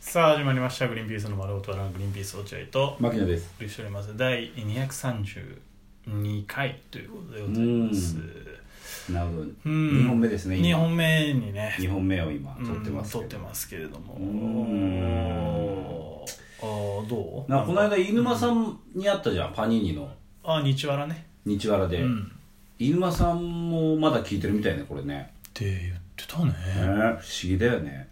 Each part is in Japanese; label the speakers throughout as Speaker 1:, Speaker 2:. Speaker 1: さあ始まりました「グリーンピースの丸ごとラングリーンピース落合」と
Speaker 2: 牧野です。
Speaker 1: お送りしております第232回ということでございます
Speaker 2: うなるほど。
Speaker 1: うん
Speaker 2: 二本目ですね。
Speaker 1: 2本目にね
Speaker 2: 二本目を今
Speaker 1: うん
Speaker 2: 撮ってます。
Speaker 1: 撮ってますけれど
Speaker 2: う
Speaker 1: も
Speaker 2: ん
Speaker 1: あーどう
Speaker 2: なこの間飯沼
Speaker 1: ん
Speaker 2: さんに会ったじゃん、パニーニの
Speaker 1: あ日わらね
Speaker 2: 日原で、
Speaker 1: うん
Speaker 2: 飯沼さんもまだ聞いてるみたいねこれね。
Speaker 1: って言ってたね
Speaker 2: ね不思議だよね。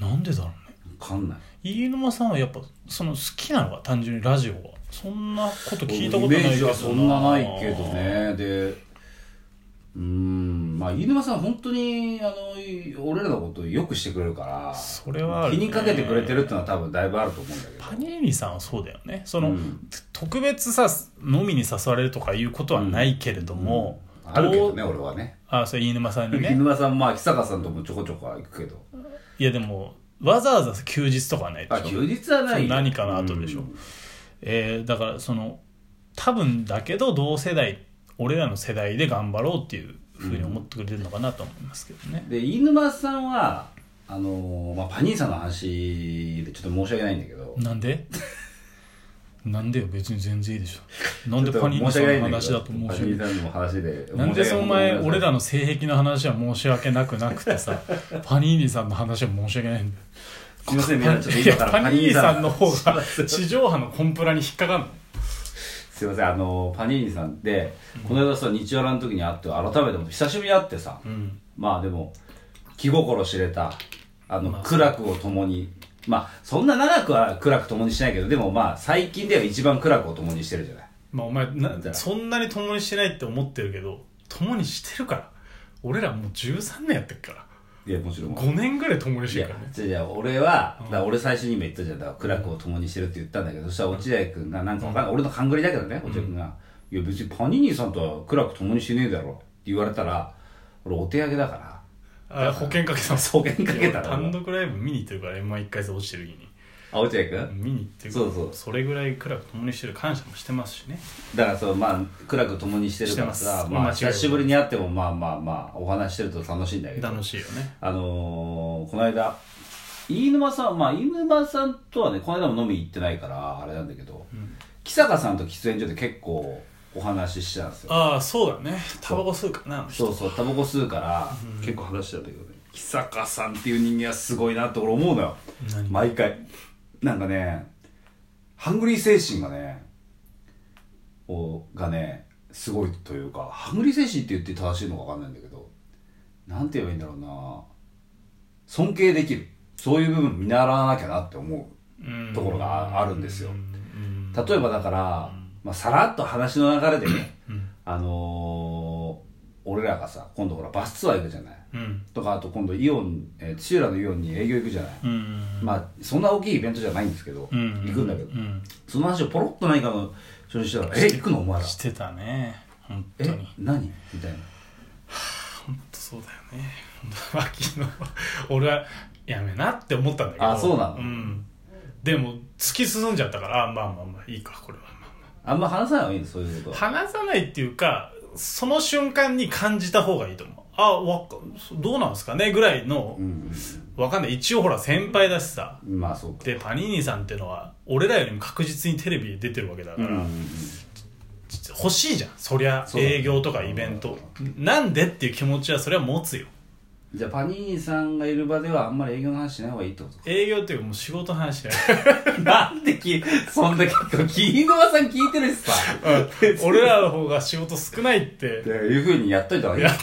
Speaker 1: なんでだろうね
Speaker 2: わかんない。
Speaker 1: 飯沼さんはやっぱその好きなのか単純にラジオはそんなこと聞いたことな
Speaker 2: イメ
Speaker 1: いけど
Speaker 2: ージはそんなないけどね。で、うーんまあ飯沼さん本当にあのい俺らのことをよくしてくれるから。
Speaker 1: それはある
Speaker 2: 気
Speaker 1: ね
Speaker 2: にかけてくれてるってのは多分だいぶあると思うんだけど。
Speaker 1: パニーニさんはそうだよねその、
Speaker 2: うん
Speaker 1: 特別さ飲みに誘われるとかいうことはないけれども、
Speaker 2: あるけど
Speaker 1: ど
Speaker 2: ね
Speaker 1: う
Speaker 2: 俺はね。
Speaker 1: あそれ飯沼さんに
Speaker 2: 飯
Speaker 1: ね
Speaker 2: 沼さんまあ木坂さんともちょこちょこは行くけど
Speaker 1: いやでもわざわざ休日とかはないで
Speaker 2: あ
Speaker 1: しょ
Speaker 2: 休日はないよ
Speaker 1: そう何かの後でしょ
Speaker 2: うん
Speaker 1: えーだからその多分だけど同世代俺らの世代で頑張ろうっていうふうに思ってくれてるのかなと思いますけどね、
Speaker 2: で飯沼さんはあのーまあ、パニーさんの話でちょっと申し訳ないんだけど
Speaker 1: なん でなんでよ別に全然いいでしょなんで
Speaker 2: ちょっと
Speaker 1: パニーニさんの話だと
Speaker 2: 申
Speaker 1: 申し
Speaker 2: し訳
Speaker 1: 訳
Speaker 2: ないんだけどパニーさんの話で
Speaker 1: なんでその前俺ら
Speaker 2: の
Speaker 1: の性癖の話は申し訳なくなくて さパニーニさんの話は申し訳ないんだよ
Speaker 2: すいません皆さんちょっ
Speaker 1: い
Speaker 2: と
Speaker 1: や
Speaker 2: 今から
Speaker 1: パニーニさんの方
Speaker 2: すい
Speaker 1: が
Speaker 2: ません
Speaker 1: 地上波のコンプラに引っかかんの
Speaker 2: すいませんあのーパニーニさんってこの間さ日曜ラの時に会って改めても久しぶりに会ってさ、
Speaker 1: うん
Speaker 2: まあでも気心知れたあの、
Speaker 1: まあ
Speaker 2: 苦楽を共にまあそんな長くは苦楽共にしないけどでもまあ最近では一番苦楽を共にしてるじゃない
Speaker 1: まあお前
Speaker 2: なん
Speaker 1: な
Speaker 2: だ
Speaker 1: そんなに共にしてないって思ってるけど共にしてるから俺らもう13年やってるから
Speaker 2: いやもちろん
Speaker 1: 5年ぐらい共にし
Speaker 2: い
Speaker 1: て
Speaker 2: や
Speaker 1: るからね
Speaker 2: じゃあじゃあ俺は、
Speaker 1: うん
Speaker 2: だから俺最初にも言ったじゃんだから苦楽を共にしてるって言ったんだけどそしたら落合君がなんかわかんない、俺の勘繰りだけどね落合君が、いや別にパニーニさんとは苦楽共にしねえだろ」って言われたら俺お手上げだから
Speaker 1: あ保険かけたの
Speaker 2: 保険かけたの
Speaker 1: 単独ライブ見に行ってるから毎回落ちてる日に
Speaker 2: あ落合君、
Speaker 1: 見に行ってる
Speaker 2: そうそう
Speaker 1: それぐらい暗く共にしてる感謝もしてますしね
Speaker 2: だからそうまあ苦楽共にしてるから
Speaker 1: してま
Speaker 2: さ
Speaker 1: す
Speaker 2: ま
Speaker 1: 間違いな
Speaker 2: あ
Speaker 1: い
Speaker 2: 久しぶりに会ってもまあまあまあお話してると楽しいんだけど
Speaker 1: 楽しいよね
Speaker 2: あのー、この間飯沼さんまあ飯沼さんとはねこの間も飲み行ってないからあれなんだけど、
Speaker 1: ん
Speaker 2: 木坂さんと喫煙所で結構お話ししてたんですよ
Speaker 1: ああそうだねタバコ吸うかなあの人
Speaker 2: そうそうタバコ吸うから、結構話してたんだけどね木坂さんっていう人間はすごいなって俺思うのよ
Speaker 1: 何
Speaker 2: 毎回なんかねハングリー精神がねをがねすごいというかハングリー精神って言って正しいのか分かんないんだけどなんて言えばいいんだろうな尊敬できるそういう部分見習わなきゃなって思
Speaker 1: うん
Speaker 2: うところがあるんですよ
Speaker 1: うん
Speaker 2: 例えばだから、まあ、さらっと話の流れでね
Speaker 1: うん
Speaker 2: あのー俺らがさ今度ほらバスツアー行くじゃない
Speaker 1: うん
Speaker 2: とかあと今度イオン、えー土浦のイオンに営業行くじゃない
Speaker 1: うん
Speaker 2: まあそんな大きいイベントじゃないんですけど、
Speaker 1: うん
Speaker 2: 行くんだけど、
Speaker 1: うん
Speaker 2: その話をポロッと何かの人にしたら「え行くのお前ら
Speaker 1: してたね本当
Speaker 2: え
Speaker 1: に
Speaker 2: 何?」みたいな
Speaker 1: 本当そうだよね 本当に昨日俺はやめなって思ったんだけど
Speaker 2: あそうなの
Speaker 1: んでも突き進んじゃったからあまあまあまあいいかこれはまあま
Speaker 2: あんま話さない方がいいのそういうこと
Speaker 1: あ
Speaker 2: は
Speaker 1: 話さないっていうかその瞬間に感じた方がいいと思うあわかどうなんすかねぐらいの
Speaker 2: うん、
Speaker 1: わかんない一応ほら先輩だしさ
Speaker 2: うん、まあそうか
Speaker 1: でパニーニさんってのは俺らよりも確実にテレビに出てるわけだ
Speaker 2: う
Speaker 1: か
Speaker 2: ん
Speaker 1: ら、
Speaker 2: うんうん
Speaker 1: 欲しいじゃんそりゃ
Speaker 2: そうだね
Speaker 1: 営業とかイベントなんでっていう気持ちはそれは持つよ
Speaker 2: じゃあパニーニさんがいる場ではあんまり営業の話しない方がいいってことか
Speaker 1: 営業っていうかもう仕事の話だよ
Speaker 2: なんできそんな結構金沢さん聞いてるしさ
Speaker 1: 俺らの方が仕事少ないって
Speaker 2: っていうふうにやっといた方がいい
Speaker 1: やっ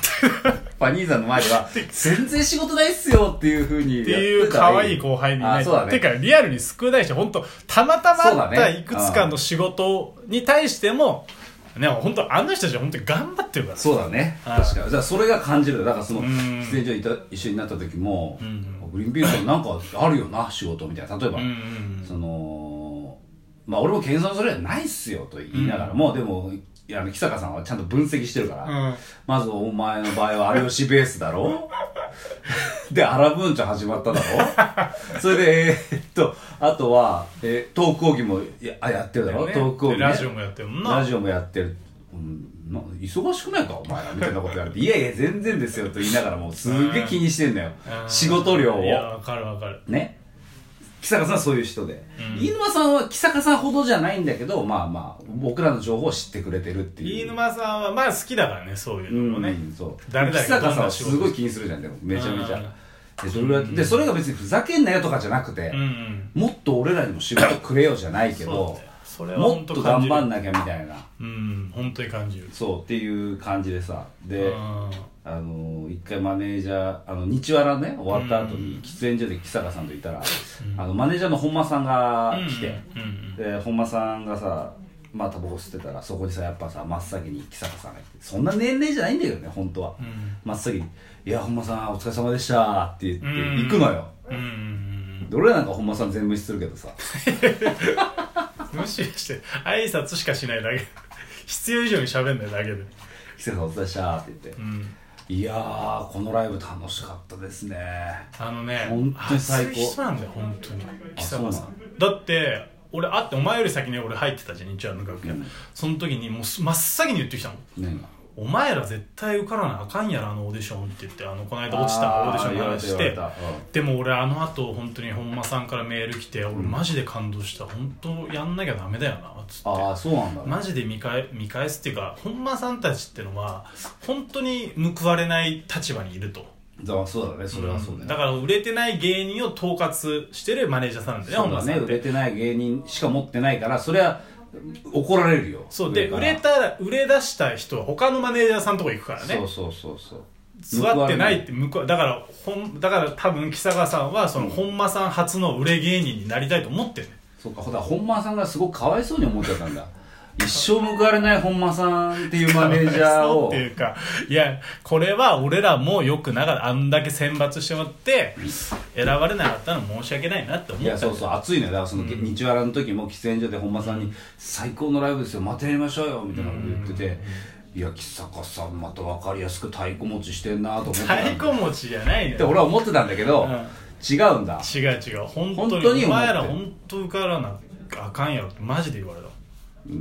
Speaker 2: パニーさんの前では「全然仕事ないっすよ」っていうふうに
Speaker 1: っ
Speaker 2: やってて
Speaker 1: いう
Speaker 2: たら
Speaker 1: 可愛い後輩にいな
Speaker 2: あ
Speaker 1: い
Speaker 2: そうだね
Speaker 1: てかリアルに少ないし本当たまたまあっ
Speaker 2: そう
Speaker 1: た
Speaker 2: だね
Speaker 1: いくつかの仕事に対してもね本当あの人たちは本当に頑張ってるから
Speaker 2: そうだね
Speaker 1: はい
Speaker 2: 確かにじゃあそれが感じるだからその
Speaker 1: うん
Speaker 2: 喫煙所いた一緒になった時も
Speaker 1: うん
Speaker 2: グリーンピースさんなんかあるよ な仕事みたいな例えば
Speaker 1: うんうん
Speaker 2: そのまあ俺も謙遜するやないっすよと言いながらもでもいやあの木坂さんはちゃんと分析してるから、
Speaker 1: うん
Speaker 2: まずお前の場合は有吉ベースだろ で、アラブーンチャ始まっただろそれで、えーっと、あとは、えートーク講義もやあやってるだろ、
Speaker 1: ね
Speaker 2: トーク講義、ね。
Speaker 1: ラジオもやってるもんな
Speaker 2: ラジオもやってる。うん、な忙しくないかお前らみたいなこと言われて、いやいや、全然ですよと言いながらも、すげえ気にしてんだよ
Speaker 1: う。ん
Speaker 2: 仕事量を
Speaker 1: い。やわかるわかる
Speaker 2: ね。木坂さんはそういう人で、
Speaker 1: うん
Speaker 2: 飯沼さんは木坂さんほどじゃないんだけどまあまあ僕らの情報を知ってくれてるっていう
Speaker 1: 飯沼さんはまあ好きだからねそういうのもね、
Speaker 2: うんそう
Speaker 1: 誰々
Speaker 2: 木坂さん
Speaker 1: どん
Speaker 2: は
Speaker 1: な仕事
Speaker 2: すごい気にするじゃんでもめちゃめちゃでそれぐらい
Speaker 1: うん
Speaker 2: でそれが別にふざけんなよとかじゃなくて、
Speaker 1: うんうん
Speaker 2: もっと俺らにも仕事くれよじゃないけ
Speaker 1: そう
Speaker 2: ど
Speaker 1: だねそれは
Speaker 2: もっ
Speaker 1: 本
Speaker 2: と
Speaker 1: 当
Speaker 2: 頑
Speaker 1: 感じる
Speaker 2: 張んなきゃみたいな
Speaker 1: うん本当に感じる
Speaker 2: そうっていう感じでさで、
Speaker 1: うん
Speaker 2: あの一回マネージャーあの日和らね終わった後
Speaker 1: う
Speaker 2: に
Speaker 1: ん
Speaker 2: 喫煙所で木坂さんといたら、
Speaker 1: ん
Speaker 2: あのマネージャーの本間さんが来て、
Speaker 1: うんうん
Speaker 2: で本間さんがさまあタバコ吸ってたらそこにさやっぱさ真っ先に木坂さんが来てそんな年齢じゃないんだけどね本当は、
Speaker 1: うんうん
Speaker 2: 真っ先に「いや本間さんお疲れ様でした」って言って
Speaker 1: うん
Speaker 2: 行くのよ、
Speaker 1: うんうんうん
Speaker 2: 俺らなんか本間さん全無視するけどさ
Speaker 1: うん無視して挨拶しかしないだけ 必要以上に喋んないだけで
Speaker 2: 「木坂さんお疲れっした」って言っ
Speaker 1: うん
Speaker 2: て「いやーこのライブ楽しかったですね
Speaker 1: あのね
Speaker 2: 本当に最高
Speaker 1: あそういう人なんだよ本当に貴様さ
Speaker 2: あそ
Speaker 1: んだって俺会ってお前より先に俺入ってたじゃん日曜の楽屋、
Speaker 2: うん
Speaker 1: その時にもうす真っ先に言ってきたもん」
Speaker 2: ね
Speaker 1: お前ら絶対受からなあかんやろあのオーディションって言ってあのこの間落ちたオーディションの話し
Speaker 2: あー言われ
Speaker 1: て
Speaker 2: た言われたうん
Speaker 1: でも俺あの後本当に本間さんからメール来て俺マジで感動した本当やんなきゃダメだよなつって
Speaker 2: ああそうなんだ、ね、
Speaker 1: マジで見返見返すっていうか本間さんたちってのは本当に報われない立場にいると
Speaker 2: だそうだねそれはそうだね、
Speaker 1: だから売れてない芸人を統括してるマネージャーさんなんだよ
Speaker 2: そ
Speaker 1: ね
Speaker 2: うだ
Speaker 1: 本間
Speaker 2: ね
Speaker 1: さんっ
Speaker 2: 売
Speaker 1: て
Speaker 2: れてない芸人しか持ってないからそれは怒られるよ
Speaker 1: そうで
Speaker 2: 上か
Speaker 1: 売
Speaker 2: ら
Speaker 1: れたら売れ出した人は他のマネージャーさんのとこ行くからね
Speaker 2: そうそうそうそう
Speaker 1: 座ってないって向こうだからほんだから多分木坂さんはその本間さん初の売れ芸人になりたいと思ってるね
Speaker 2: そうかほら本間さんがすごくかわいそうに思っちゃったんだ一生報われない本間さんっていうマネージャー
Speaker 1: そう
Speaker 2: を
Speaker 1: っていうかいやこれは俺らもよくながらあんだけ選抜してもらって選ばれなかったの申し訳ないなって思
Speaker 2: い
Speaker 1: っ
Speaker 2: や
Speaker 1: た
Speaker 2: そうそう熱いのよだからその、日和の時も喫煙所で本間さんに「最高のライブですよまたやりましょうよ」みたいなこと言ってて、いや木坂さんまた分かりやすく太鼓持ちしてんなと思ってたんだ
Speaker 1: 太鼓持ちじゃない
Speaker 2: っ
Speaker 1: の
Speaker 2: て
Speaker 1: よ
Speaker 2: 俺は思ってたんだけど、
Speaker 1: うん
Speaker 2: 違うんだ
Speaker 1: 違う違う本当に
Speaker 2: 本当に思ってる
Speaker 1: お前ら本当受からなあかんやろってマジで言われた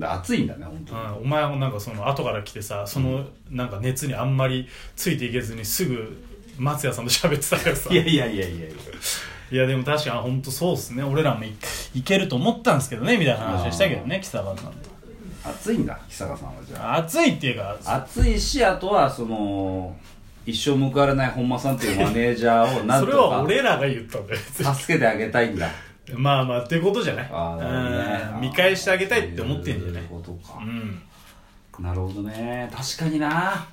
Speaker 2: 熱いんだね本当に
Speaker 1: うん、お前もなんかその後から来てさそのなんか熱にあんまりついていけずにすぐ松屋さんと喋ってたからさ
Speaker 2: いやいやいやいやいや
Speaker 1: いやでも確かに本当そうっすね俺らもいいけると思ったんですけどねみたいな話をしたけどね木更津さんと
Speaker 2: 熱いんだ木坂さんはじゃ
Speaker 1: 暑いっていうか
Speaker 2: あ熱いしあとはその一生報われない本間さんっていうマネージャーをなん
Speaker 1: そ
Speaker 2: と
Speaker 1: れは
Speaker 2: か
Speaker 1: 俺らが言ったんだよ別に
Speaker 2: 助けてあげたいんだ
Speaker 1: まあまあっていうことじゃない
Speaker 2: あーなるほ
Speaker 1: う
Speaker 2: どね
Speaker 1: ん見返してあげたいって思ってんじゃない
Speaker 2: そういうこと
Speaker 1: う
Speaker 2: か、
Speaker 1: ん
Speaker 2: なるほどね確かにな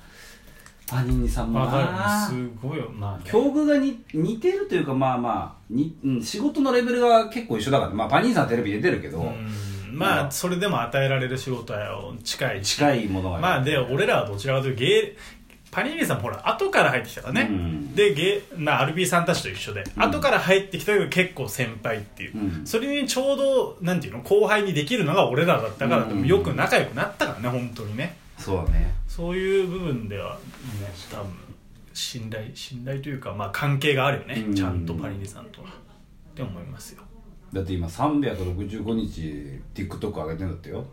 Speaker 2: パニーニさんも
Speaker 1: わ
Speaker 2: な
Speaker 1: かるすごいよまあね
Speaker 2: 境遇がに似てるというかまあまあに、うん、仕事のレベルが結構一緒だから、まあ、パニーニさんはテレビ出てるけど、
Speaker 1: うんまあそれでも与えられる仕事は近いし
Speaker 2: 近いものが
Speaker 1: まあで俺らはどちらかというと芸パニーニさんもほら後から入ってきたからね、
Speaker 2: うん
Speaker 1: で芸、まあ、アルビーさんたちと一緒で、後から入ってきたけど結構先輩っていう、
Speaker 2: うん
Speaker 1: それにちょうどなんていうの後輩にできるのが俺らだったから、
Speaker 2: うん
Speaker 1: でもよく仲良くなったからね本当にね
Speaker 2: そうだね
Speaker 1: そういう部分では、ね、多分信頼信頼というか、まあ、関係があるよね、
Speaker 2: うん
Speaker 1: ちゃんとパニーニさんとはって思いますよ
Speaker 2: だって今365日 TikTok 上げてんだってよ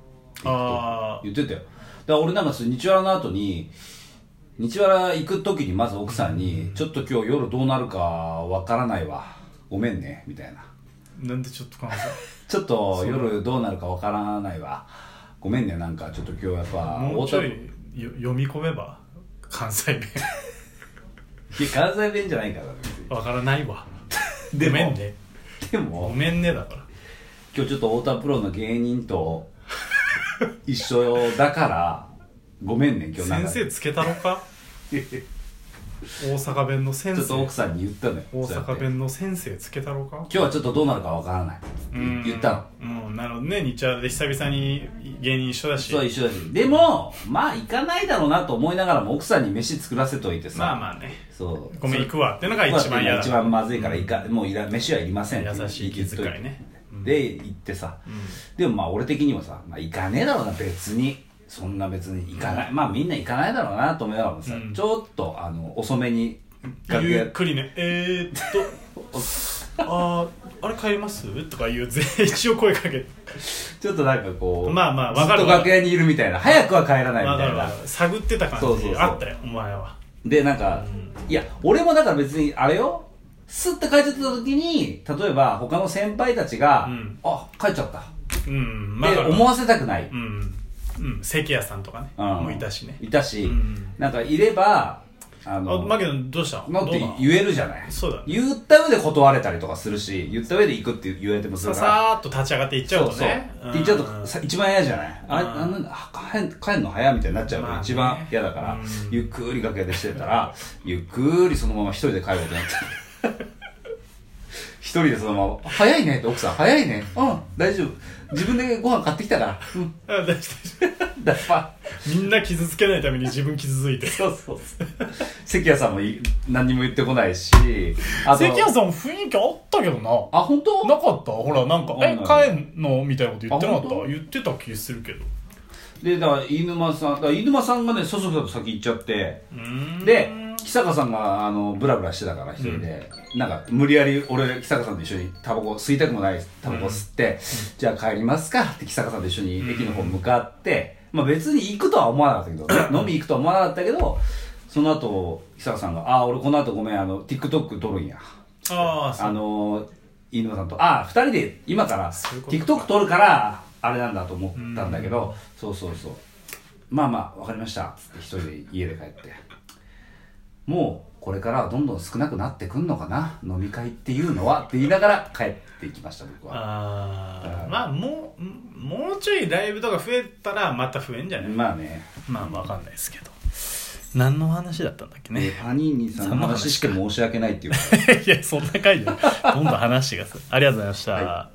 Speaker 1: あ
Speaker 2: 言ってたよだから俺なんかその日和の後に日和行く時にまず奥さんに「ちょっと今日夜どうなるかわからないわごめんね」みたいな
Speaker 1: あなんでちょっと感想
Speaker 2: 「ちょっと夜どうなるかわからないわごめんねなんかちょっと今日やっぱ
Speaker 1: もうちょ
Speaker 2: 太
Speaker 1: いよ読み込めば関西 弁
Speaker 2: 田いや関西弁じゃないから別に
Speaker 1: わからないわ
Speaker 2: で
Speaker 1: ご
Speaker 2: も
Speaker 1: めんね
Speaker 2: で
Speaker 1: ご
Speaker 2: も
Speaker 1: めんねだから
Speaker 2: 今日ちょっと太田プロの芸人と一緒だからごめんね今日なん
Speaker 1: 先
Speaker 2: か
Speaker 1: 生つけたのか大阪弁の先
Speaker 2: ちょっと
Speaker 1: 生
Speaker 2: 奥さんに言ったのよ
Speaker 1: 大
Speaker 2: そうやっ
Speaker 1: 阪
Speaker 2: て
Speaker 1: 弁の先生つけたのか
Speaker 2: 今日はちょっとどうなるかわからない
Speaker 1: うん
Speaker 2: 言ったの
Speaker 1: うんなるほどね日曜で久々に芸人一緒だし
Speaker 2: そう一緒だしでもまあ行かないだろうなと思いながらも奥さんに飯作らせといてさ
Speaker 1: まあまあね
Speaker 2: そう
Speaker 1: ごめん行くわってのが
Speaker 2: それ
Speaker 1: 一番嫌だ
Speaker 2: 一番まずいからいかもういら飯はいりませんって
Speaker 1: 優しい気遣いね
Speaker 2: 言っといてで行ってさ、
Speaker 1: ん
Speaker 2: でもまあ俺的にもさ、まあ、行かねえだろうな別にそんな別に行かない、まあみんな行かないだろうなと思いながらもさ、
Speaker 1: うん
Speaker 2: ちょっとあの遅めに楽
Speaker 1: ゆ
Speaker 2: 屋
Speaker 1: っくりねえー、っとあーあれ帰りますとか言うぜ 一応声かけて
Speaker 2: ちょっとなんかこう
Speaker 1: まあまあわかる
Speaker 2: ずっと楽屋にいるみたいな早くは帰らない
Speaker 1: ま
Speaker 2: みたい
Speaker 1: だ
Speaker 2: な
Speaker 1: 探ってた
Speaker 2: そ
Speaker 1: 感
Speaker 2: うそうそう
Speaker 1: じあったよお前は
Speaker 2: でなんか、いや俺もだから別にあれよスッて帰ってった時に例えば他の先輩たちが
Speaker 1: う
Speaker 2: 「
Speaker 1: ん
Speaker 2: あ帰っちゃった」
Speaker 1: うんま
Speaker 2: って
Speaker 1: あ
Speaker 2: 思わせたくない、
Speaker 1: うんうん関谷さんとかね
Speaker 2: うん
Speaker 1: もういたしね
Speaker 2: いたし、
Speaker 1: うん
Speaker 2: なんかいればあ
Speaker 1: あ
Speaker 2: の
Speaker 1: マキどうしたの
Speaker 2: なん
Speaker 1: どう
Speaker 2: て
Speaker 1: なの
Speaker 2: 言えるじゃない
Speaker 1: そうだね
Speaker 2: 言った上で断れたりとかするし言った上で行くって言われてもす
Speaker 1: さ
Speaker 2: るから
Speaker 1: さーっと立ち上がっていっちゃう
Speaker 2: そう
Speaker 1: と
Speaker 2: そう
Speaker 1: ね
Speaker 2: って言っちゃう
Speaker 1: うん
Speaker 2: とさ一番嫌じゃないあれ
Speaker 1: うん
Speaker 2: あんなあ帰ん帰んの早みたいになっちゃうの
Speaker 1: まあ
Speaker 2: が
Speaker 1: ね
Speaker 2: 一番嫌だから、
Speaker 1: うん
Speaker 2: ゆっくり楽屋でしてたらゆっくりそのまま一人で帰ろうとなって 一人でそのまま「早いね」って奥さん「早いね」「うん大丈夫自分でご飯買ってきたから」うん
Speaker 1: あ大丈夫大丈
Speaker 2: だから
Speaker 1: 夫 みんな傷つけないために自分傷ついて
Speaker 2: そうそうそう。関谷さんもい何にも言ってこないし、あと
Speaker 1: 関谷さん雰囲気あったけどな
Speaker 2: あ、本当
Speaker 1: なかったほらなんか「
Speaker 2: ない
Speaker 1: え
Speaker 2: ない
Speaker 1: 帰んの?」みたいなこと言ってなか
Speaker 2: あ
Speaker 1: っ
Speaker 2: 本
Speaker 1: た言ってた気するけど
Speaker 2: で、だから、飯沼さん、だから飯沼さんがね、そそくさと先行っちゃって、
Speaker 1: うーん
Speaker 2: で、木坂さんが、あの、ブラブラしてたから、一人で、なんか、無理やり、俺、木坂さんと一緒に、タバコ、吸いたくもない、タバコ吸って、じゃあ帰りますかって、木坂さんと一緒に駅の方向かって、まあ別に行くとは思わなかったけど、飲み行くとは思わなかったけど、その後、木坂さんが、あ、俺この後ごめん、あの、TikTok 撮るんや。
Speaker 1: ああそ
Speaker 2: あ
Speaker 1: う
Speaker 2: のー飯沼さんとああ2人で今から
Speaker 1: そういうこと
Speaker 2: TikTok 撮るからあれなんだと思ったんだけどそうそうそうまあまあ分かりましたっつって一人で家で帰ってもうこれからはどんどん少なくなってくんのかな飲み会っていうのはって言いながら帰っていきました僕は
Speaker 1: ああまあもうもうちょいライブとか増えたらまた増えんじゃない
Speaker 2: まあね
Speaker 1: まあわかんないですけど何の話だったんだっけ ね
Speaker 2: パニーニさんの話して申し訳ないっていうか
Speaker 1: いやそんな回じゃないどんどん話がすありがとうございました、
Speaker 2: は